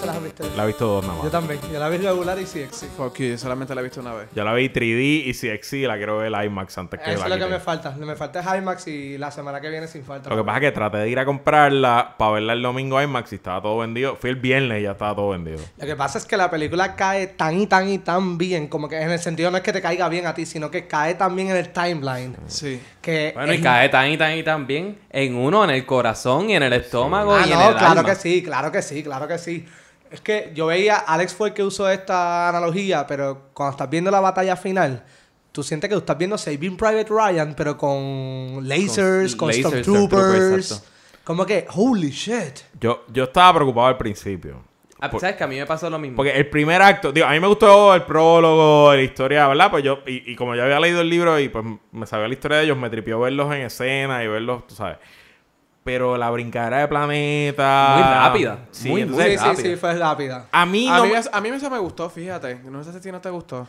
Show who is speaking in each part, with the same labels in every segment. Speaker 1: he visto dos nada más.
Speaker 2: Yo también. Yo la vi regular y sí, sí.
Speaker 3: Fuck you, yo solamente la he visto una vez.
Speaker 1: Yo la vi 3D y CXC la quiero ver en IMAX antes que
Speaker 2: Eso es
Speaker 1: la
Speaker 2: lo que
Speaker 1: quiten.
Speaker 2: me falta. Lo que me falta es IMAX y la semana que viene sin falta.
Speaker 1: Lo que pasa es que traté de ir a comprarla para verla el domingo a IMAX y estaba todo vendido. Fui el viernes y ya estaba todo vendido.
Speaker 2: Lo que pasa es que la película cae tan y tan y tan bien, como que en el sentido no es que te caiga bien a ti, sino que cae también en el timeline.
Speaker 3: Sí.
Speaker 2: Que
Speaker 4: Bueno,
Speaker 2: es-
Speaker 4: y cae tan y tan y tan bien en uno, en el corazón y en el estómago
Speaker 2: Ah,
Speaker 4: y en
Speaker 2: no,
Speaker 4: el
Speaker 2: claro
Speaker 4: alma.
Speaker 2: que sí, claro que sí, claro que sí. Es que yo veía, Alex fue el que usó esta analogía, pero cuando estás viendo la batalla final, tú sientes que tú estás viendo Saving Private Ryan, pero con lasers, con,
Speaker 4: lasers,
Speaker 2: stormtroopers.
Speaker 4: stormtroopers, exacto.
Speaker 2: como que, holy shit.
Speaker 1: Yo, yo estaba preocupado al principio.
Speaker 4: Ah,
Speaker 1: Por-
Speaker 4: ¿Sabes que a mí me pasó lo
Speaker 2: Mm.
Speaker 4: mismo?
Speaker 1: porque el primer acto, digo, a mí me gustó el prólogo, la historia, ¿verdad? Pues yo, y, y como yo había leído el libro y pues me sabía la historia de ellos, me tripió verlos en escena y verlos, tú sabes. Pero la brincadera de planeta.
Speaker 4: Muy rápida.
Speaker 1: Sí,
Speaker 4: Muy,
Speaker 1: entonces,
Speaker 4: muy
Speaker 2: Sí, sí,
Speaker 4: rápida.
Speaker 2: sí, fue rápida.
Speaker 1: A mí
Speaker 3: a,
Speaker 1: no
Speaker 3: mí,
Speaker 1: me-
Speaker 3: esa- a mí esa me gustó, fíjate. No sé si a ti no te gustó.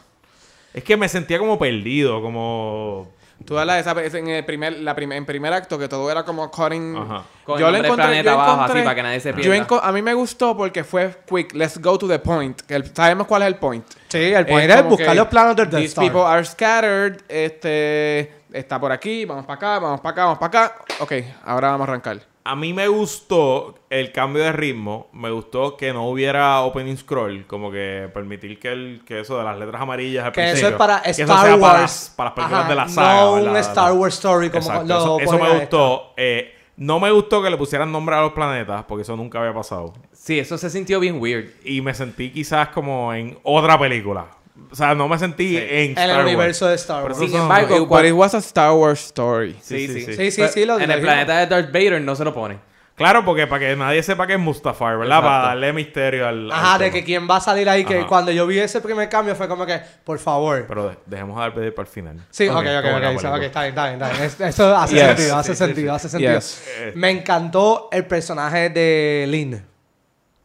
Speaker 1: Es que me sentía como perdido, como.
Speaker 3: Tú hablas de esa es en el primer, la prim- en primer acto que todo era como cutting.
Speaker 1: Ajá.
Speaker 4: Con el nombre del planeta abajo, así, para que nadie se
Speaker 3: yo
Speaker 4: pierda.
Speaker 3: enco- a mí me gustó porque fue quick. Let's go to the point. que el- sabemos cuál es el point.
Speaker 2: Sí, el
Speaker 3: Eh,
Speaker 2: poder es
Speaker 3: como
Speaker 2: buscar
Speaker 3: que
Speaker 2: los planos del Death
Speaker 3: These
Speaker 2: Star.
Speaker 3: people are scattered. Este está por aquí. Vamos para acá. Vamos para acá. Vamos para acá. Ok, ahora vamos a arrancar.
Speaker 1: A mí me gustó el cambio de ritmo. Me gustó que no hubiera opening scroll. Como que permitir que, el, que eso de las letras amarillas. al
Speaker 2: Que eso
Speaker 1: principio,
Speaker 2: es para
Speaker 1: que eso
Speaker 2: Star
Speaker 1: sea para
Speaker 2: Wars.
Speaker 1: las, para las películas
Speaker 2: Ajá,
Speaker 1: de la saga.
Speaker 2: No
Speaker 1: ¿verdad?
Speaker 2: un Star Wars story como
Speaker 1: Exacto,
Speaker 2: lo
Speaker 1: eso, eso
Speaker 2: ponen
Speaker 1: me
Speaker 2: a-
Speaker 1: gustó. Eh, no me gustó que le pusieran nombre a los planetas. Porque eso nunca había pasado.
Speaker 4: Sí, eso se sintió bien weird.
Speaker 1: Y me sentí quizás como en otra película. O sea, no me sentí en
Speaker 2: En
Speaker 1: Star
Speaker 2: el
Speaker 1: Wars.
Speaker 2: universo de Star
Speaker 1: Pero
Speaker 2: Wars.
Speaker 1: eso
Speaker 4: Sin
Speaker 1: no-
Speaker 4: embargo,
Speaker 3: It- but
Speaker 4: cual-
Speaker 3: it was a Star Wars story.
Speaker 4: Sí, sí, sí.
Speaker 2: Sí, sí, sí, lo Eh,
Speaker 4: en el
Speaker 2: dijimos.
Speaker 4: planeta de Darth Vader no se lo pone.
Speaker 1: Claro, porque para que nadie sepa que es Mustafar, ¿verdad?
Speaker 4: Exacto.
Speaker 1: Para darle misterio al. al
Speaker 2: Ajá, de
Speaker 1: tema.
Speaker 2: que quién va a salir ahí, que
Speaker 1: Ajá.
Speaker 2: cuando yo vi ese primer cambio fue como que, por favor.
Speaker 1: Pero de- dejemos al pedir para el final.
Speaker 2: Sí, ok, ok, ok,
Speaker 1: como la
Speaker 2: so- ok,
Speaker 1: película.
Speaker 2: está bien, está bien, está bien. Es- Eso hace
Speaker 3: Yes.
Speaker 2: sentido, hace sentido, hace sentido.
Speaker 3: Yes.
Speaker 2: Me encantó el personaje de Lynn.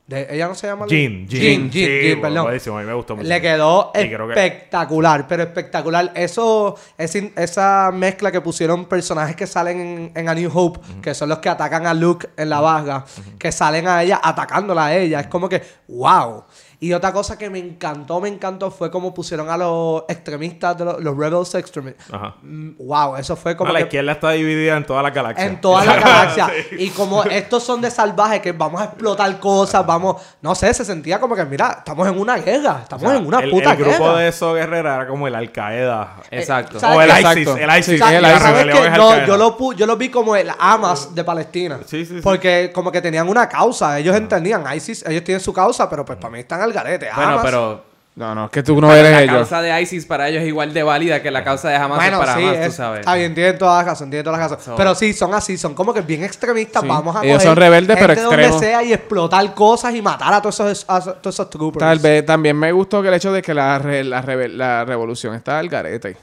Speaker 2: De, ¿Ella no se llama
Speaker 1: Jean,
Speaker 2: Lynn?
Speaker 1: Jean.
Speaker 2: Jean,
Speaker 1: Sí,
Speaker 2: Jean,
Speaker 1: bueno,
Speaker 2: Jean, perdón.
Speaker 1: buenísimo, a mí me gustó mucho.
Speaker 2: Le quedó
Speaker 1: Y creo que-
Speaker 2: espectacular, pero espectacular. Eso, ese- esa mezcla que pusieron personajes que salen en, en A New Hope, que son los que atacan a Luke en la vaga, que salen a ella atacándola a ella. Es como que, wow. Y otra cosa que me encantó, me encantó fue como pusieron a los extremistas, de los, los rebels extremistas.
Speaker 1: Ajá.
Speaker 2: Mm, Wow, eso fue como
Speaker 1: No, la
Speaker 2: que-
Speaker 1: izquierda está dividida en toda la galaxia.
Speaker 2: en toda la galaxia. Y como estos son de salvajes que vamos a explotar cosas, vamos, no sé, se sentía como que, mira, estamos en una guerra, estamos en una
Speaker 1: el,
Speaker 2: puta
Speaker 1: el grupo
Speaker 2: guerra.
Speaker 1: de esos guerreros era como el Al Qaeda.
Speaker 4: Exacto.
Speaker 2: ¿sabes
Speaker 1: o el
Speaker 2: qué?
Speaker 1: ISIS.
Speaker 3: Exacto.
Speaker 1: El ISIS.
Speaker 2: O sea,
Speaker 3: Sí, el
Speaker 1: la
Speaker 2: ¿sabes
Speaker 3: ISIS.
Speaker 1: rebelión
Speaker 2: qué?
Speaker 1: es Al
Speaker 2: No,
Speaker 1: Qaeda.
Speaker 2: yo lo, pu- yo lo vi como el Hamas de Palestina.
Speaker 1: Sí, sí, sí.
Speaker 2: Porque como que tenían una causa. Ellos entendían, ISIS, ellos tienen su causa, pero pues para mí están al garete.
Speaker 4: Bueno,
Speaker 2: Hamas-
Speaker 4: pero
Speaker 3: No, no, es que tú no
Speaker 4: la
Speaker 3: eres ellos.
Speaker 4: causa de ISIS para ellos es igual de válida que la causa de Hamas
Speaker 2: Bueno,
Speaker 4: para
Speaker 2: sí,
Speaker 4: Hamas, tú
Speaker 2: es-
Speaker 4: sabes.
Speaker 2: está bien, tienen todas las razones, tienen todas las razones.
Speaker 4: So-
Speaker 2: Pero sí, son así, son como que bien extremistas.
Speaker 3: Sí.
Speaker 2: Vamos a
Speaker 3: Ellos
Speaker 2: coger
Speaker 3: son rebeldes, pero
Speaker 2: gente donde
Speaker 3: extremos.
Speaker 2: sea y explotar cosas y matar a todos esos, a todos esos troopers.
Speaker 3: Tal vez también me gustó que el hecho de que la, re- la, reve- la revolución está al garete.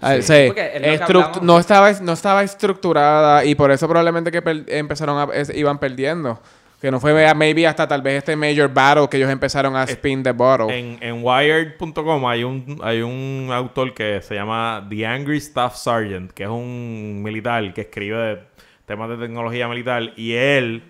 Speaker 3: Ah, o sea,
Speaker 4: Porque es lo que
Speaker 3: estruct-
Speaker 4: hablamos.
Speaker 3: no, estaba, no estaba estructurada y por eso probablemente que per- empezaron a, es- iban perdiendo. Que no fue vea, maybe hasta tal vez este major battle que ellos empezaron a spin the bottle.
Speaker 1: En, en wired.com hay un, hay un autor que se llama The Angry Staff Sergeant, que es un militar que escribe de temas de tecnología militar y él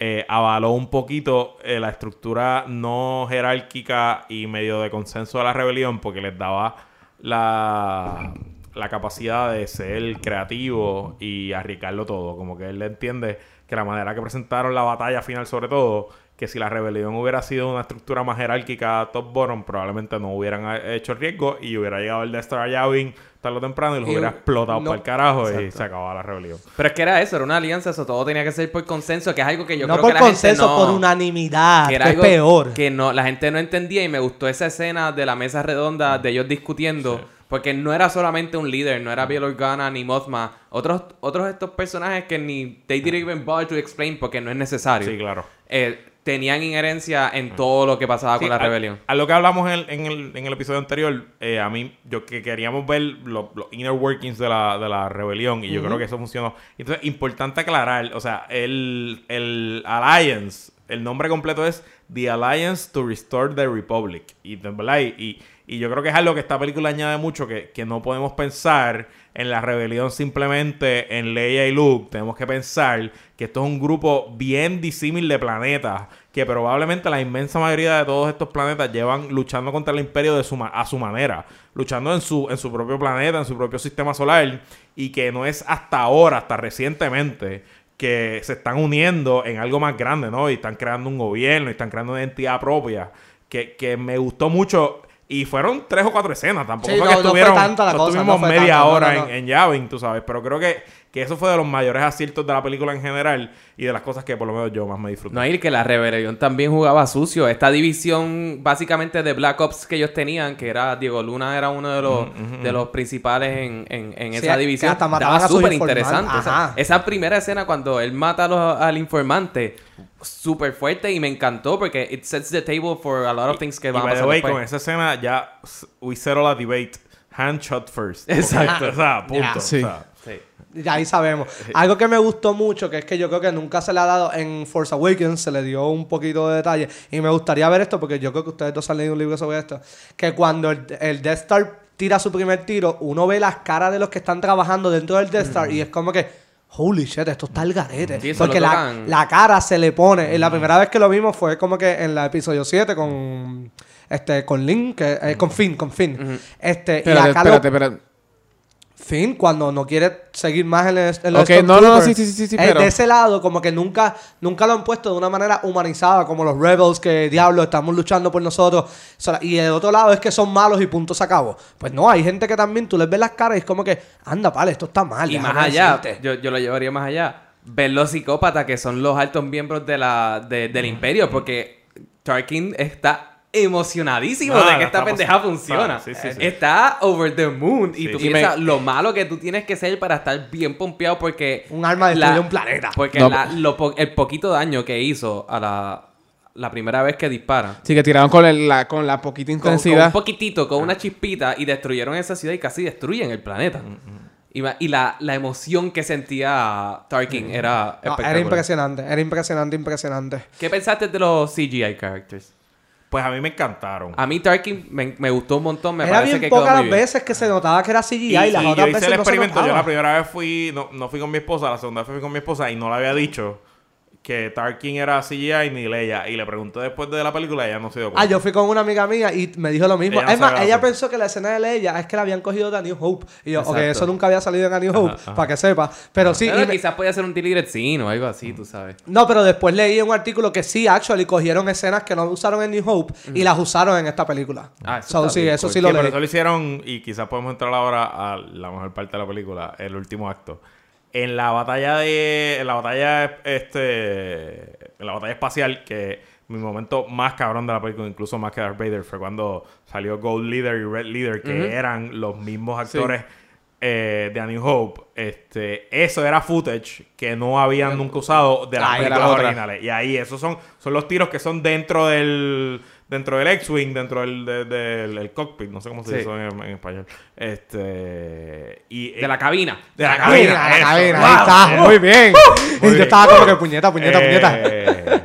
Speaker 1: eh, avaló un poquito eh, la estructura no jerárquica y medio de consenso de la rebelión porque les daba la, la capacidad de ser creativo y arriesgarlo todo. Como que él entiende que la manera que presentaron la batalla final sobre todo, que si la rebelión hubiera sido una estructura más jerárquica top-bottom, probablemente no hubieran eh, hecho riesgo y hubiera llegado el de Star Yavin tarde o temprano y los
Speaker 2: Y
Speaker 1: hubiera
Speaker 2: hu-
Speaker 1: explotado
Speaker 2: no.
Speaker 1: para el carajo y se acababa la rebelión.
Speaker 4: Pero es que era eso, era una alianza, eso todo tenía que ser por consenso, que es algo que yo
Speaker 2: no
Speaker 4: creo
Speaker 2: por
Speaker 4: que la
Speaker 2: consenso,
Speaker 4: gente no...
Speaker 2: por unanimidad,
Speaker 4: que
Speaker 2: que,
Speaker 4: era
Speaker 2: es
Speaker 4: algo
Speaker 2: peor.
Speaker 4: que no, la gente no entendía y me gustó esa escena de la mesa redonda de ellos discutiendo. Porque no era solamente un líder, no era Bill Organa ni Mothma. Otros, otros de estos personajes que ni they didn't even bother to explain porque no es necesario.
Speaker 1: Sí, claro. Mm.
Speaker 4: Eh, tenían inherencia en todo lo que pasaba
Speaker 1: Sí,
Speaker 4: con la
Speaker 1: a-
Speaker 4: rebelión.
Speaker 1: A, lo que hablamos en, en el, en el episodio anterior, eh, a mí, yo que queríamos ver lo- los inner workings de la, de la rebelión y yo creo que eso funcionó. Entonces, importante aclarar, o sea, el, el Alliance, el nombre completo es The Alliance to Restore the Republic. Y, de verdad, y, y- Y yo creo que es algo que esta película añade mucho, que, que no podemos pensar en la rebelión simplemente en Leia y Luke. Tenemos que pensar que esto es un grupo bien disímil de planetas, que probablemente la inmensa mayoría de todos estos planetas llevan luchando contra el imperio de su ma- a su manera, luchando en su, en su propio planeta, en su propio sistema solar, y que no es hasta ahora, hasta recientemente, que se están uniendo en algo más grande, ¿no? Y están creando un gobierno, y están creando una identidad propia, que, que me gustó mucho. Y fueron tres o cuatro escenas, tampoco
Speaker 2: Sí,
Speaker 1: fue
Speaker 2: no-
Speaker 1: que
Speaker 2: no fue
Speaker 1: estuvieron,
Speaker 2: tanta la
Speaker 1: no
Speaker 2: cosa,
Speaker 1: estuvimos
Speaker 2: no fue
Speaker 1: media
Speaker 2: tanto, no,
Speaker 1: hora
Speaker 2: no,
Speaker 1: En,
Speaker 2: no.
Speaker 1: en Yavin, tú sabes. Pero creo que, que eso fue de los mayores aciertos de la película en general y de las cosas que por lo menos yo más me disfruté.
Speaker 4: No, y que la rebelión también jugaba sucio. Esta división básicamente de Black Ops que ellos tenían, que era Diego Luna, era uno de los, de los principales en, en, en
Speaker 2: Sí,
Speaker 4: esa
Speaker 2: que
Speaker 4: división.
Speaker 2: hasta mataban
Speaker 4: Estaba
Speaker 2: a sus
Speaker 4: súper interesante.
Speaker 2: informantes.
Speaker 4: Esa,
Speaker 2: Ajá.
Speaker 4: esa primera escena cuando él mata a los- al informante, súper fuerte y me encantó porque it sets the table for a lot of things que
Speaker 1: y
Speaker 4: van a
Speaker 1: by the
Speaker 4: pasar
Speaker 1: way,
Speaker 4: después.
Speaker 1: con esa escena ya s- we settle la debate. Hand shot first.
Speaker 4: Exacto.
Speaker 1: O sea, punto.
Speaker 2: Ya.
Speaker 1: O
Speaker 3: Sí.
Speaker 1: sea,
Speaker 4: Sí.
Speaker 2: Ya ahí sabemos. Algo que me gustó mucho, que es que yo creo que nunca se le ha dado en Force Awakens, se le dio un poquito de detalle. Y me gustaría ver esto, porque yo creo que ustedes dos han leído un libro sobre esto. Que cuando el, el Death Star tira su primer tiro, uno ve las caras de los que están trabajando dentro del Death Star y es como que. Holy shit, esto está el garete.
Speaker 4: Sí, se
Speaker 2: Porque
Speaker 4: lo
Speaker 2: la,
Speaker 4: tocan.
Speaker 2: la cara se le pone. Y la primera vez que lo vimos fue como que en el episodio 7 con este con Link, que, eh, con Finn, con Finn. Este, y
Speaker 3: Espérate,
Speaker 2: acá lo-
Speaker 3: espérate, espérate.
Speaker 2: Finn cuando no quiere seguir más en, el, en los
Speaker 3: Ok, no, no, no,
Speaker 2: Stormtroopers.
Speaker 3: sí, sí, sí, sí,
Speaker 2: Eh,
Speaker 3: pero-
Speaker 2: De ese lado, como que nunca, nunca lo han puesto de una manera humanizada, como los Rebels, que diablo, estamos luchando por nosotros. So- Y el otro lado es que son malos y punto se acabó. Pues no, hay gente que también tú les ves las caras y es como que, anda, pal, esto está mal.
Speaker 4: Y
Speaker 2: déjame
Speaker 4: más allá,
Speaker 2: decirte".
Speaker 4: yo, yo lo llevaría más allá. Ver los psicópatas que son los altos miembros de la, de- del imperio, porque Tarkin está emocionadísimo
Speaker 1: No,
Speaker 4: de
Speaker 1: no,
Speaker 4: que esta
Speaker 1: está
Speaker 4: pendeja
Speaker 1: posi-
Speaker 4: funciona.
Speaker 1: está- sí, sí, sí.
Speaker 4: Está over the moon. Y
Speaker 1: Sí.
Speaker 4: tú
Speaker 1: Y
Speaker 4: piensas lo malo que tú tienes que ser para estar bien pompeado porque...
Speaker 2: Un arma destruye un planeta.
Speaker 4: Porque
Speaker 3: No,
Speaker 4: la- lo po- el poquito daño que hizo a la, la primera vez que disparan.
Speaker 3: Sí, que tiraron con, el- la, con la poquita
Speaker 4: Con- con
Speaker 3: intensidad.
Speaker 4: un poquitito, con una chispita y destruyeron esa ciudad y casi destruyen el planeta.
Speaker 2: Mm,
Speaker 4: Y, va- y la, la emoción que sentía Tarkin era
Speaker 2: No,
Speaker 4: espectacular.
Speaker 2: Mm. Ah, era impresionante, era impresionante, impresionante.
Speaker 4: ¿Qué pensaste de los CGI characters?
Speaker 1: pues a mí me encantaron.
Speaker 4: A mí Tarkin me, me gustó un montón, me
Speaker 2: era
Speaker 4: parece
Speaker 2: bien
Speaker 4: que quedó
Speaker 2: pocas
Speaker 4: muy
Speaker 2: las
Speaker 4: bien.
Speaker 2: veces que se notaba que era CGI y, las otras
Speaker 1: yo hice
Speaker 2: veces
Speaker 1: el
Speaker 2: no se
Speaker 1: experimento. yo
Speaker 2: notaba.
Speaker 1: la primera vez fui, no, no fui con mi esposa, la segunda vez fui con mi esposa y no le había dicho que Tarkin era CGI ni Leia. Y le pregunté después de la película y ella no se dio
Speaker 2: Ah,
Speaker 4: Pues
Speaker 1: cuenta.
Speaker 2: yo fui con una amiga mía y me dijo lo mismo.
Speaker 1: Ella no
Speaker 2: es más,
Speaker 1: sabe
Speaker 2: ella
Speaker 1: algo.
Speaker 2: pensó que la escena de Leia es que la habían cogido de A New Hope. Y yo, ok,
Speaker 4: Exacto.
Speaker 2: eso nunca había salido en A New Hope,
Speaker 1: ajá.
Speaker 2: para que sepa. Pero sí,
Speaker 4: Pero
Speaker 2: y me-
Speaker 4: quizás podía ser un deleted scene o algo así, tú sabes.
Speaker 2: no, pero después leí un artículo que sí, actually, cogieron escenas que no usaron en New Hope y las usaron en esta película.
Speaker 4: Ah, eso
Speaker 2: So,
Speaker 4: está
Speaker 2: sí,
Speaker 4: bien
Speaker 2: eso
Speaker 4: cool.
Speaker 2: sí
Speaker 1: Sí,
Speaker 2: lo
Speaker 1: pero
Speaker 2: leí.
Speaker 1: eso lo hicieron y quizás podemos entrar ahora a la mejor parte de la película, el último acto. En la batalla de en la batalla este en la batalla espacial que mi momento más cabrón de la película, incluso más que Darth Vader, fue cuando salió Gold Leader y Red Leader, que eran los mismos actores eh, de A New Hope. Este, eso era footage que no habían nunca usado de las
Speaker 3: Ah, de la
Speaker 1: películas
Speaker 3: otra.
Speaker 1: originales. Y ahí esos son, son los tiros que son dentro del dentro del X-Wing, dentro del, de- del- del cockpit, no sé cómo se
Speaker 4: Sí.
Speaker 1: dice eso en, en español. Este y
Speaker 4: De la cabina.
Speaker 1: de la
Speaker 2: Mira,
Speaker 1: cabina,
Speaker 2: la
Speaker 1: eso.
Speaker 2: cabina,
Speaker 1: Wow.
Speaker 2: ahí está,
Speaker 1: Yeah.
Speaker 2: muy
Speaker 1: Muy
Speaker 2: bien. y yo
Speaker 1: bien. Eh,
Speaker 2: estaba como que puñeta, puñeta, puñeta.
Speaker 1: puñeta.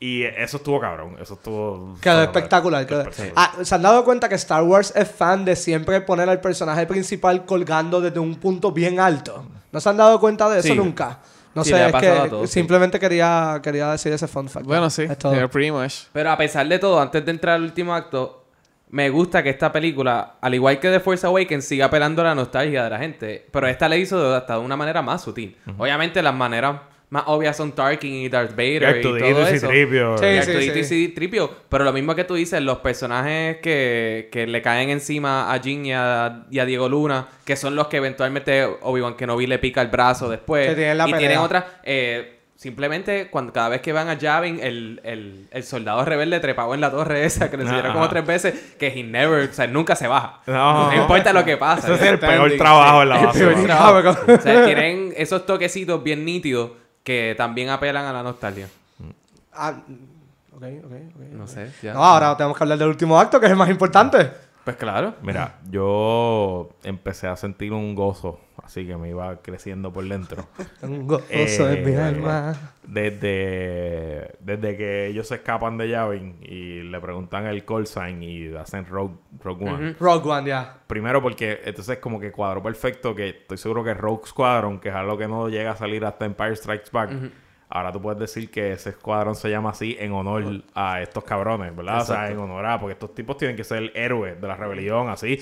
Speaker 1: Y eso estuvo cabrón, eso estuvo
Speaker 2: Quedó espectacular. quedó-
Speaker 1: espectacular.
Speaker 2: Ah, ¿Se han dado cuenta que Star Wars es fan de siempre poner al personaje principal colgando desde un punto bien alto? ¿No se han dado cuenta de eso
Speaker 3: Sí.
Speaker 2: nunca? No
Speaker 4: Sí, le
Speaker 2: sé,
Speaker 4: ha
Speaker 2: es
Speaker 4: pasado a
Speaker 2: que
Speaker 4: todos, sí.
Speaker 2: simplemente quería, quería decir ese fun fact.
Speaker 3: Bueno, sí.
Speaker 2: Es todo.
Speaker 3: yeah, pretty much.
Speaker 4: Pero a pesar de todo, antes de entrar al último acto, me gusta que esta película, al igual que The Force Awakens, siga apelando a la nostalgia de la gente. Pero esta le hizo de- hasta de una manera más sutil. Obviamente las maneras más obvias son Tarkin y Darth Vader y todo eso.
Speaker 2: Sí,
Speaker 4: Y
Speaker 2: sí,
Speaker 4: Arturito
Speaker 2: sí.
Speaker 4: y C-3PO. Pero lo mismo que tú dices, los personajes que, que le caen encima a Jin y a, y a Diego Luna, que son los que eventualmente Obi-Wan Kenobi le pica el brazo después.
Speaker 2: Que tienen la
Speaker 4: y
Speaker 2: pelea.
Speaker 4: tienen otras. eh, simplemente cuando cada vez que van a Yavin, el, el, el soldado rebelde trepado en la torre esa, que lo enseñaron
Speaker 1: Ajá.
Speaker 4: como tres veces, que he never, o sea, nunca se baja.
Speaker 1: No.
Speaker 4: No, importa lo que pasa.
Speaker 1: Ese es el
Speaker 3: Standing,
Speaker 1: peor trabajo en la
Speaker 4: El
Speaker 1: base.
Speaker 4: peor
Speaker 1: ¿no?
Speaker 4: trabajo.
Speaker 2: Ah, me co-
Speaker 4: O sea, tienen esos toquecitos bien nítidos que también apelan a la nostalgia.
Speaker 2: Ah, ok, ok, ok.
Speaker 4: No sé, ya.
Speaker 2: No, ahora tenemos que hablar del último acto, que es el más importante.
Speaker 4: Pues claro.
Speaker 1: Mira, yo empecé a sentir un gozo, así que me iba creciendo por dentro.
Speaker 2: Un gozo en mi
Speaker 1: Eh,
Speaker 2: alma.
Speaker 1: Desde, desde que ellos se escapan de Yavin y le preguntan el call sign y hacen Rogue, Rogue One.
Speaker 2: Rock One, ya.
Speaker 1: Primero porque entonces como que cuadro perfecto que estoy seguro que Rogue Squadron, que es algo que no llega a salir hasta Empire Strikes Back. Ahora tú puedes decir que ese escuadrón se llama así en honor a estos cabrones, ¿verdad? O sea, en honor a... Porque estos tipos tienen que ser héroes de la rebelión, así.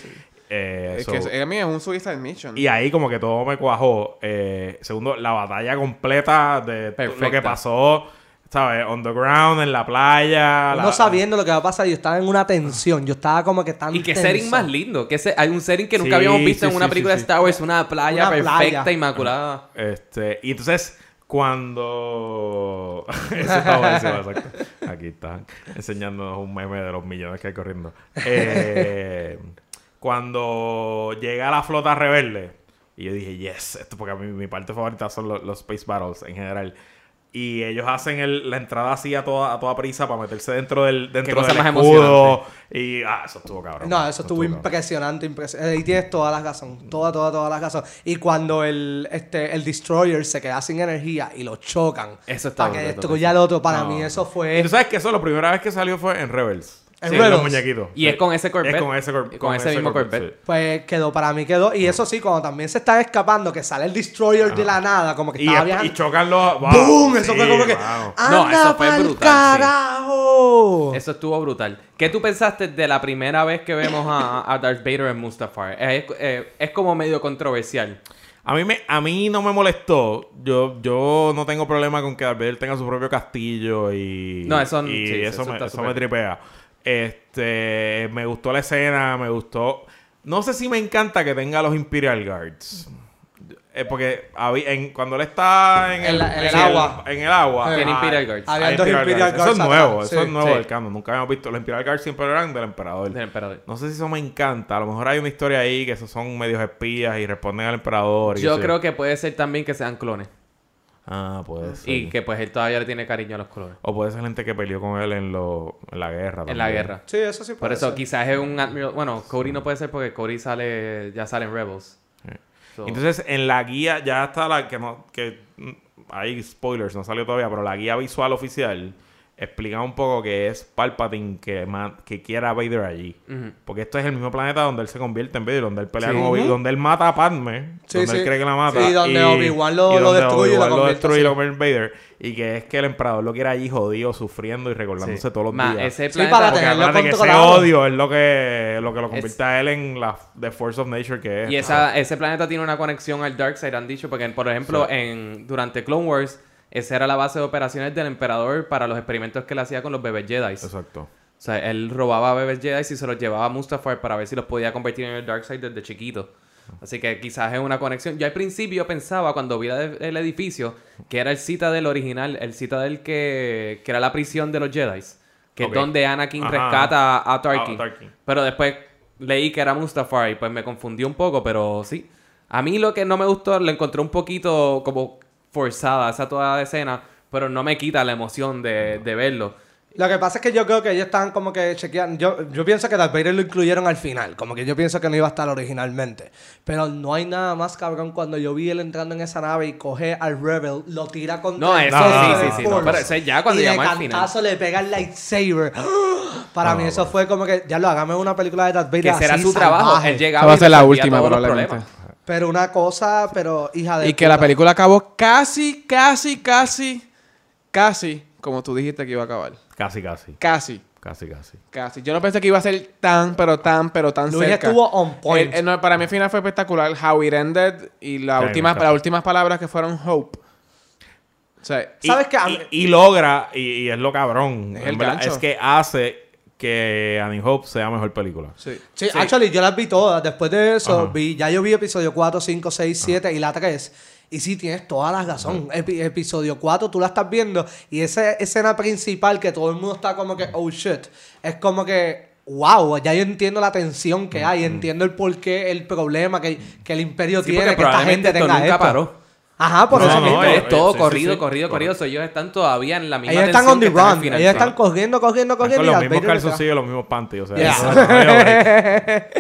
Speaker 1: Eh,
Speaker 3: Es
Speaker 1: so-
Speaker 3: que es- a mí es un suicide mission.
Speaker 1: y ahí como que todo me cuajó. Eh, segundo, la batalla completa de t- lo que
Speaker 4: Perfecta.
Speaker 1: pasó, ¿sabes? On the ground, en la playa.
Speaker 2: No
Speaker 1: la-
Speaker 2: sabiendo lo que va a pasar, yo estaba en una tensión. Yo estaba como que tan.
Speaker 4: Y qué
Speaker 2: tenso.
Speaker 4: setting más lindo. Que ese- hay un setting que nunca
Speaker 1: Sí,
Speaker 4: habíamos visto
Speaker 1: sí,
Speaker 4: en una
Speaker 1: sí,
Speaker 4: película
Speaker 1: sí,
Speaker 4: de Star Wars. Una playa
Speaker 2: Una playa.
Speaker 4: perfecta, inmaculada.
Speaker 1: Este, y entonces, cuando. Eso está buenísimo, exacto. Aquí están enseñándonos un meme de los millones que hay corriendo. Eh, cuando llega la flota rebelde, y yo dije, yes, esto porque a mí mi parte favorita son los, los Space Battles en general. Y ellos hacen el- la entrada así a toda, a toda prisa para meterse dentro del, dentro
Speaker 4: cosa
Speaker 1: del
Speaker 4: más
Speaker 1: escudo. Y ah, eso estuvo cabrón.
Speaker 2: No, eso estuvo
Speaker 1: cabrón.
Speaker 2: impresionante, impresionante. Ahí tienes todas las razón. Toda, toda, todas las razón. Y cuando el, este, el Destroyer se queda sin energía y lo chocan.
Speaker 4: Eso está
Speaker 2: Para que
Speaker 4: brutal,
Speaker 2: destruya al otro. Para mí eso fue.
Speaker 1: Y tú sabes que eso la primera vez que salió fue en Rebels.
Speaker 2: En
Speaker 1: los
Speaker 2: Rebels.
Speaker 1: muñequitos.
Speaker 4: Y es con ese Corvette.
Speaker 1: Es con ese, cor-
Speaker 4: Con ese mismo Corvette.
Speaker 1: sí.
Speaker 2: Pues quedó, para mí quedó. Y eso sí, cuando también se están escapando, que sale el Destroyer de la nada, como que
Speaker 1: Y,
Speaker 2: estaba
Speaker 1: es-
Speaker 2: viajando.
Speaker 1: y chocan los. wow,
Speaker 2: ¡Boom! eso
Speaker 1: sí,
Speaker 2: fue como que.
Speaker 1: wow.
Speaker 2: ¡Anda
Speaker 4: No, eso fue
Speaker 2: pa'l
Speaker 4: brutal, sí.
Speaker 2: carajo!
Speaker 4: Eso estuvo brutal. ¿Qué tú pensaste de la primera vez que vemos a, a Darth Vader en Mustafar? Es, eh, es como medio controversial.
Speaker 1: A mí, me, a mí no me molestó. Yo, yo no tengo problema con que Darth Vader tenga su propio castillo y.
Speaker 4: No, eso-
Speaker 1: y
Speaker 4: sí,
Speaker 1: eso,
Speaker 4: eso
Speaker 1: me,
Speaker 4: está
Speaker 1: eso
Speaker 4: súper.
Speaker 1: me tripea. Este. Me gustó la escena, me gustó. No sé si me encanta que tenga los Imperial Guards. Eh, porque habí- en- cuando él está en
Speaker 2: En
Speaker 1: el,
Speaker 2: la- en el
Speaker 1: en
Speaker 2: agua.
Speaker 1: En el agua.
Speaker 4: Tiene
Speaker 1: ah,
Speaker 4: Imperial Guards.
Speaker 1: hay
Speaker 2: Habían dos Imperial
Speaker 1: Eso es
Speaker 2: Guards
Speaker 1: nuevo,
Speaker 2: atrás,
Speaker 1: eso es
Speaker 2: sí.
Speaker 1: nuevo
Speaker 4: Sí.
Speaker 1: del canon. Nunca habíamos visto. Los Imperial Guards siempre eran del emperador.
Speaker 4: Del emperador.
Speaker 1: No sé si eso me encanta. A lo mejor hay una historia ahí que esos son medios espías y responden al emperador. y
Speaker 4: Yo
Speaker 1: qué sé
Speaker 4: creo que puede ser también que sean clones.
Speaker 1: Ah, puede ser.
Speaker 4: Y que pues él todavía le tiene cariño a los colores.
Speaker 1: O puede ser gente que peleó con él en, lo... en la guerra.
Speaker 4: En
Speaker 1: también.
Speaker 4: la guerra.
Speaker 2: Sí, eso sí
Speaker 4: Por
Speaker 2: puede
Speaker 4: eso
Speaker 2: ser.
Speaker 4: quizás es un admiral. Bueno, Cody no puede ser porque Cody sale, ya sale en Rebels. So-
Speaker 1: Entonces, en la guía, ya está la que no. que mm, Hay spoilers, no salió todavía, pero la guía visual oficial explica un poco que es Palpatine que, ma- que quiera a Vader allí.
Speaker 4: Ujú.
Speaker 1: Porque esto es el mismo planeta donde él se convierte en Vader, donde él pelea
Speaker 2: Sí.
Speaker 1: con Obi,
Speaker 2: Ujú.
Speaker 1: donde él mata a Padme,
Speaker 2: Sí,
Speaker 1: donde
Speaker 2: sí.
Speaker 1: él cree que la mata.
Speaker 2: Sí, donde Obi-Wan lo-
Speaker 1: y
Speaker 2: lo
Speaker 1: donde
Speaker 2: destruye y lo
Speaker 1: Obi-Wan lo
Speaker 2: convierte,
Speaker 1: destruye y
Speaker 2: sí.
Speaker 1: lo convierte en Vader. Y que es que el emperador lo quiere allí jodido, sufriendo y recordándose
Speaker 4: Sí.
Speaker 1: todos los
Speaker 4: Ma,
Speaker 1: días.
Speaker 4: Ese
Speaker 2: Sí,
Speaker 4: planeta-
Speaker 2: para
Speaker 4: porque
Speaker 1: Porque
Speaker 2: tenerlo
Speaker 1: acuérdate que ese
Speaker 2: controlado.
Speaker 1: odio es lo que lo, que lo convierte
Speaker 4: Es-
Speaker 1: a él en la The Force of Nature que es.
Speaker 4: Y esa, ese planeta tiene una conexión al Darkseid, han dicho, porque por ejemplo, en, durante Clone Wars, esa era la base de operaciones del emperador para los experimentos que él hacía con los bebés Jedi. O
Speaker 1: Exacto.
Speaker 4: sea, él robaba bebés Jedi y se los llevaba a Mustafar para ver si los podía convertir en el Darkseid desde chiquito. Así que quizás es una conexión. Yo al principio pensaba, cuando vi la de- el edificio, que era el Citadel original, el Citadel que, que era la prisión de los Jedi, que
Speaker 1: Ok.
Speaker 4: es donde Anakin
Speaker 1: Ajá.
Speaker 4: rescata a Tarkin.
Speaker 1: Ah, Tarkin.
Speaker 4: Pero después leí que era Mustafar y pues me confundió un poco, pero sí. A mí lo que no me gustó, lo encontré un poquito como forzada esa toda escena, pero no me quita la emoción de, de verlo.
Speaker 2: Lo que pasa es que yo creo que ellos están como que chequeando. Yo, yo pienso que Darth Vader lo incluyeron al final. Como que yo pienso que no iba a estar originalmente. Pero no hay nada más cabrón cuando yo vi él entrando en esa nave y coge al Rebel, lo tira contra
Speaker 4: No,
Speaker 2: el
Speaker 4: eso
Speaker 2: pecho
Speaker 1: sí,
Speaker 2: del
Speaker 1: sí, sí,
Speaker 4: no,
Speaker 2: Force.
Speaker 4: pero eso es ya cuando
Speaker 2: y de
Speaker 4: llama al final.
Speaker 2: cantazo le pega el lightsaber. Para mí eso fue como que, ya lo hagame una película de Darth Vader
Speaker 4: Que será
Speaker 2: así,
Speaker 4: su trabajo.
Speaker 2: salvaje.
Speaker 4: Él llegaba
Speaker 3: Esa va a
Speaker 4: y
Speaker 3: ser la
Speaker 4: resolvía
Speaker 3: última,
Speaker 4: todos los
Speaker 3: probablemente.
Speaker 4: problemas.
Speaker 2: Pero una cosa, pero hija de
Speaker 3: Y que la
Speaker 2: puta.
Speaker 3: película acabó casi, casi, casi, casi, como tú dijiste que iba a acabar.
Speaker 1: Casi, casi.
Speaker 3: Casi.
Speaker 1: Casi, casi.
Speaker 3: Casi. Yo no pensé que iba a ser tan, pero tan, pero tan
Speaker 2: Luis
Speaker 3: cerca.
Speaker 2: estuvo
Speaker 4: Eh,
Speaker 2: on point.
Speaker 3: El- el- no, para mí el final fue espectacular. How it ended y la
Speaker 1: Sí,
Speaker 3: última,
Speaker 1: está.
Speaker 3: las últimas palabras que fueron hope. O sea,
Speaker 1: Y-
Speaker 2: ¿Sabes qué? A
Speaker 1: Y,
Speaker 2: mí-
Speaker 1: y logra, y, y es lo cabrón.
Speaker 3: Es
Speaker 1: en
Speaker 3: el
Speaker 1: verdad,
Speaker 3: gancho.
Speaker 1: es que hace que Annie Hope sea mejor película.
Speaker 3: sí.
Speaker 2: Sí, actually, yo las vi todas. Después de eso,
Speaker 1: Ajá.
Speaker 2: vi, ya yo vi episodio 4, 5, 6, 7 y la 3. Y sí, tienes toda la razón. Epi- episodio 4, tú la estás viendo. Y esa escena principal que todo el mundo está como que, oh shit. Es como que, wow, ya yo entiendo la tensión que hay. Entiendo el porqué, el problema que, que el imperio
Speaker 4: Sí,
Speaker 2: tiene,
Speaker 4: porque
Speaker 2: que esta
Speaker 4: probablemente
Speaker 2: gente
Speaker 4: esto
Speaker 2: tenga
Speaker 4: nunca
Speaker 2: esto.
Speaker 4: paró.
Speaker 2: Ajá, por
Speaker 1: No,
Speaker 2: eso
Speaker 1: no,
Speaker 2: mismo.
Speaker 1: eh,
Speaker 4: es todo
Speaker 1: sí,
Speaker 4: corrido,
Speaker 1: sí, sí.
Speaker 4: corrido, corrido. So, ellos están todavía en la misma
Speaker 2: Ellos están
Speaker 4: tensión
Speaker 2: on the
Speaker 4: que al
Speaker 2: run.
Speaker 4: final.
Speaker 2: Ellos están cogiendo, cogiendo,
Speaker 1: Están
Speaker 2: cogiendo.
Speaker 1: con
Speaker 2: y
Speaker 1: los
Speaker 2: Darth
Speaker 1: mismos
Speaker 2: Vader detrás.
Speaker 1: calzoncillos, los mismos panties. O sea,
Speaker 2: Yeah.
Speaker 1: eso no había break.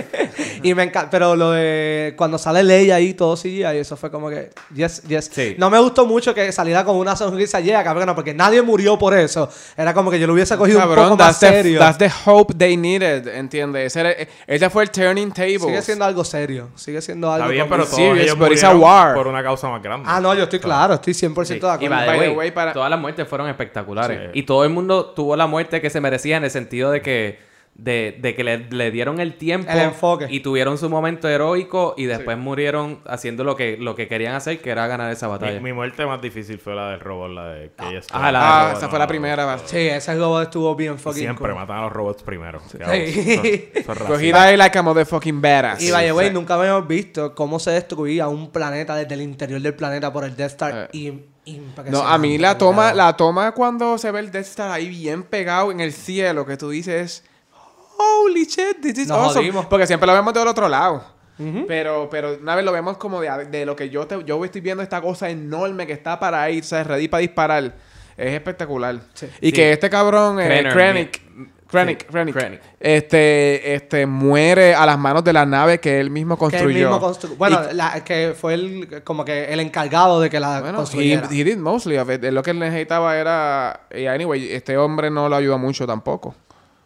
Speaker 2: Y me encanta, pero lo de cuando sale Leia ahí, todo CGI, eso fue como que, yes, yes.
Speaker 4: Sí.
Speaker 2: No me gustó mucho que saliera con una sonrisa yeah, cabrón, porque nadie murió por eso. Era como que yo lo hubiese cogido un
Speaker 3: Cabrón,
Speaker 2: poco más
Speaker 3: that's the,
Speaker 2: serio.
Speaker 3: that's the hope they needed, ¿entiendes? Ese, era- ese fue el turning table.
Speaker 2: Sigue siendo algo serio, sigue siendo algo
Speaker 1: Está bien,
Speaker 2: como-
Speaker 1: pero
Speaker 3: Serious,
Speaker 1: todos ellos
Speaker 3: but it's a
Speaker 1: murieron
Speaker 3: war.
Speaker 1: por una causa más grande.
Speaker 2: Ah, no, yo estoy claro, estoy 100% de
Speaker 4: Y
Speaker 2: acuerdo.
Speaker 4: by the
Speaker 3: By the
Speaker 4: way,
Speaker 3: way, para-
Speaker 4: todas las muertes fueron espectaculares.
Speaker 1: Sí.
Speaker 4: Y todo el mundo tuvo la muerte que se merecía en el sentido de que, de, de que le, le dieron el tiempo.
Speaker 2: El enfoque.
Speaker 4: Y tuvieron su momento heroico y después murieron haciendo lo que, lo que querían hacer, que era ganar esa
Speaker 1: Mi,
Speaker 4: batalla.
Speaker 1: mi muerte más difícil fue la del robot, la de que ella
Speaker 4: Ah, la-
Speaker 3: Ah,
Speaker 1: no,
Speaker 3: esa
Speaker 1: no,
Speaker 3: fue la
Speaker 1: no.
Speaker 3: primera. va.
Speaker 2: Sí, ese robot estuvo bien fucking
Speaker 1: Siempre
Speaker 2: cool.
Speaker 1: matan a los robots primero. Qué
Speaker 2: Sí.
Speaker 1: abuso. Eso es racista.
Speaker 3: Cogida ahí like a motherfucking badass.
Speaker 2: Y by the way,
Speaker 3: Sí.
Speaker 2: nunca habíamos visto cómo se destruía un planeta desde el interior del planeta por el Death Star. y
Speaker 3: No, a mí la toma, la toma cuando se ve el Death Star ahí bien pegado en el cielo, que tú dices, holy shit, this is
Speaker 2: Nos
Speaker 3: awesome.
Speaker 2: jodimos.
Speaker 3: Porque siempre lo vemos del otro lado. Pero, pero una vez lo vemos como de, de lo que yo te, yo estoy viendo esta cosa enorme que está para ahí, o sea, ready para disparar. Es espectacular. Y
Speaker 4: Sí.
Speaker 3: que este cabrón, eh,
Speaker 4: Krenner,
Speaker 3: Krennic,
Speaker 4: mi-
Speaker 3: Krennic,
Speaker 4: sí,
Speaker 3: Krennic,
Speaker 4: Krennic.
Speaker 3: este, este, muere a las manos de la nave que él mismo
Speaker 2: Que él
Speaker 3: construyó.
Speaker 2: mismo constru- Bueno,
Speaker 3: Y-
Speaker 2: la- que fue el, como que el encargado de que la
Speaker 3: Bueno, he,
Speaker 2: construyera.
Speaker 3: he did mostly of it. Él Lo que él necesitaba era... Y anyway, este hombre no lo ayuda mucho tampoco.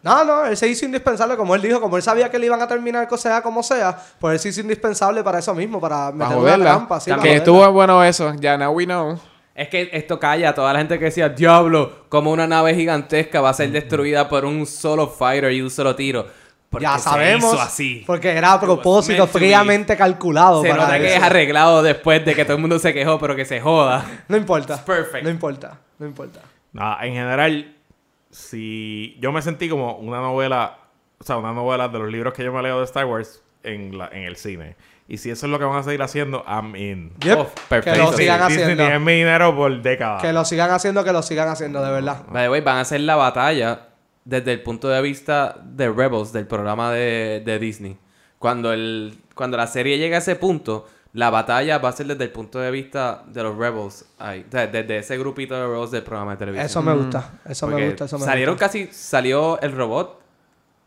Speaker 2: No, no, él se hizo indispensable, como él dijo, como él sabía que le iban a terminar, que sea como sea, pues él se hizo indispensable para eso mismo, para
Speaker 3: Para
Speaker 2: meter una
Speaker 3: joderla.
Speaker 2: trampa. sí, para
Speaker 3: que
Speaker 2: joderla.
Speaker 3: estuvo bueno eso. Ya now we know.
Speaker 4: Es que esto calla a toda la gente que decía, diablo, como una nave gigantesca va a ser destruida por un solo fighter y un solo tiro. Porque
Speaker 2: ya sabemos,
Speaker 4: Se hizo así.
Speaker 2: porque era a propósito,
Speaker 4: meant to be.
Speaker 2: fríamente calculado.
Speaker 4: Se
Speaker 2: para
Speaker 4: nota que
Speaker 2: eso.
Speaker 4: es arreglado después de que todo el mundo se quejó, pero que se joda.
Speaker 2: No importa.
Speaker 4: It's perfect. Oh,
Speaker 2: No importa, no importa.
Speaker 1: Nada, en general, si yo me sentí como una novela, o sea, una novela de los libros que yo me leo de Star Wars en, la, en el cine. Y si eso es lo que van a seguir haciendo, I'm in.
Speaker 2: Yep.
Speaker 4: Oh,
Speaker 2: que
Speaker 4: perfecto.
Speaker 2: lo sigan
Speaker 1: Disney
Speaker 2: haciendo.
Speaker 1: tiene mi dinero por décadas.
Speaker 2: Que lo sigan haciendo, que lo sigan haciendo, de verdad.
Speaker 4: By the way, van a hacer la batalla desde el punto de vista de Rebels, del programa de, de Disney. Cuando, el, cuando la serie llega a ese punto, la batalla va a ser desde el punto de vista de los Rebels. ahí. O sea, desde ese grupito de Rebels del programa de televisión.
Speaker 2: Eso me gusta, eso
Speaker 4: Porque
Speaker 2: me gusta, eso me
Speaker 4: salieron
Speaker 2: gusta.
Speaker 4: casi, salió el robot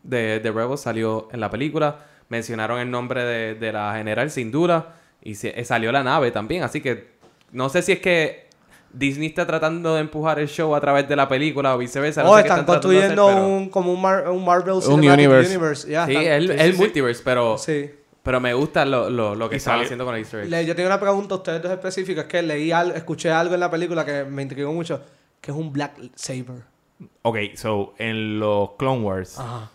Speaker 4: de, de Rebels, salió en la película. Mencionaron el nombre de, de la general sin duda. Y se- eh, salió la nave también. Así que no sé si es que Disney está tratando de empujar el show a través de la película o viceversa. no
Speaker 2: Oh,
Speaker 4: sé qué
Speaker 2: están
Speaker 4: tratando de hacer,
Speaker 2: construyendo
Speaker 4: pero-
Speaker 2: un, como un, Mar- un Marvel Cinematic
Speaker 3: universe.
Speaker 2: Ya,
Speaker 4: Sí,
Speaker 2: están-
Speaker 4: el,
Speaker 2: sí,
Speaker 4: el
Speaker 2: sí,
Speaker 4: multiverse, pero,
Speaker 2: sí. Sí.
Speaker 4: pero me gusta lo, lo, lo
Speaker 1: Y
Speaker 4: que están
Speaker 1: salió-
Speaker 4: haciendo con el Easter egg.
Speaker 2: Le- yo tengo una pregunta a ustedes dos específicas. Es que leí algo, escuché algo en la película que me intrigó mucho. Que es un Black Saber.
Speaker 1: Ok, so, en los Clone Wars,
Speaker 2: Ajá.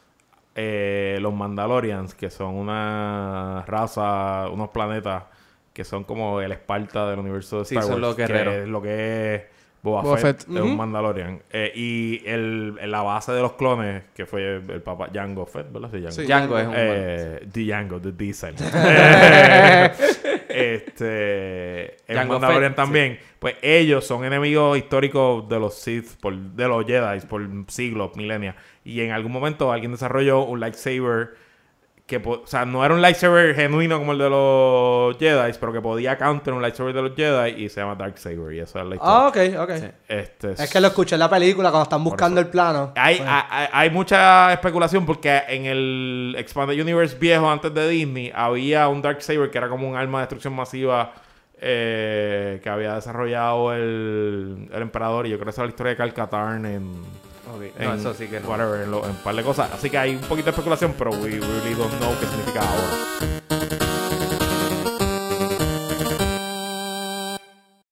Speaker 1: eh, los Mandalorians, que son una raza, unos planetas que son como el Esparta del universo de
Speaker 4: Sí,
Speaker 1: Star
Speaker 4: son
Speaker 1: Wars.
Speaker 4: los guerreros.
Speaker 1: Que es lo que es Boba,
Speaker 3: Boba
Speaker 1: Fett,
Speaker 3: Fett.
Speaker 1: es un Mandalorian. Eh, y el, la base de los clones, que fue el papá Django Fett, ¿verdad? Sí, Django.
Speaker 3: Sí.
Speaker 4: Django es un
Speaker 1: Eh, Django, The Diesel. Eh, este. El
Speaker 4: Django
Speaker 1: Mandalorian
Speaker 4: Fett,
Speaker 1: también. Pues ellos son enemigos históricos de los Sith, por- de los Jedi, por siglos, milenios. Y en algún momento alguien desarrolló un lightsaber. Que, po- o sea, no era un lightsaber genuino como el de los Jedi, pero que podía counter un lightsaber de los Jedi y se llama Darksaber. Y esa es la
Speaker 2: Ah,
Speaker 1: historia.
Speaker 2: ok, ok.
Speaker 1: Este,
Speaker 2: Es que lo escuché en la película cuando están buscando el plano. Pues,
Speaker 1: hay,
Speaker 4: Pues,
Speaker 1: hay- hay- hay mucha especulación porque en el Expanded Universe viejo antes de Disney había un Darksaber que era como un arma de destrucción masiva eh, que había desarrollado el, el emperador y yo creo que esa es la historia de Cal Katarn en,
Speaker 4: Ok,
Speaker 1: en
Speaker 4: No, eso sí que no.
Speaker 1: whatever, en, lo- en un par de cosas así que hay un poquito de especulación pero we really don't know qué significa ahora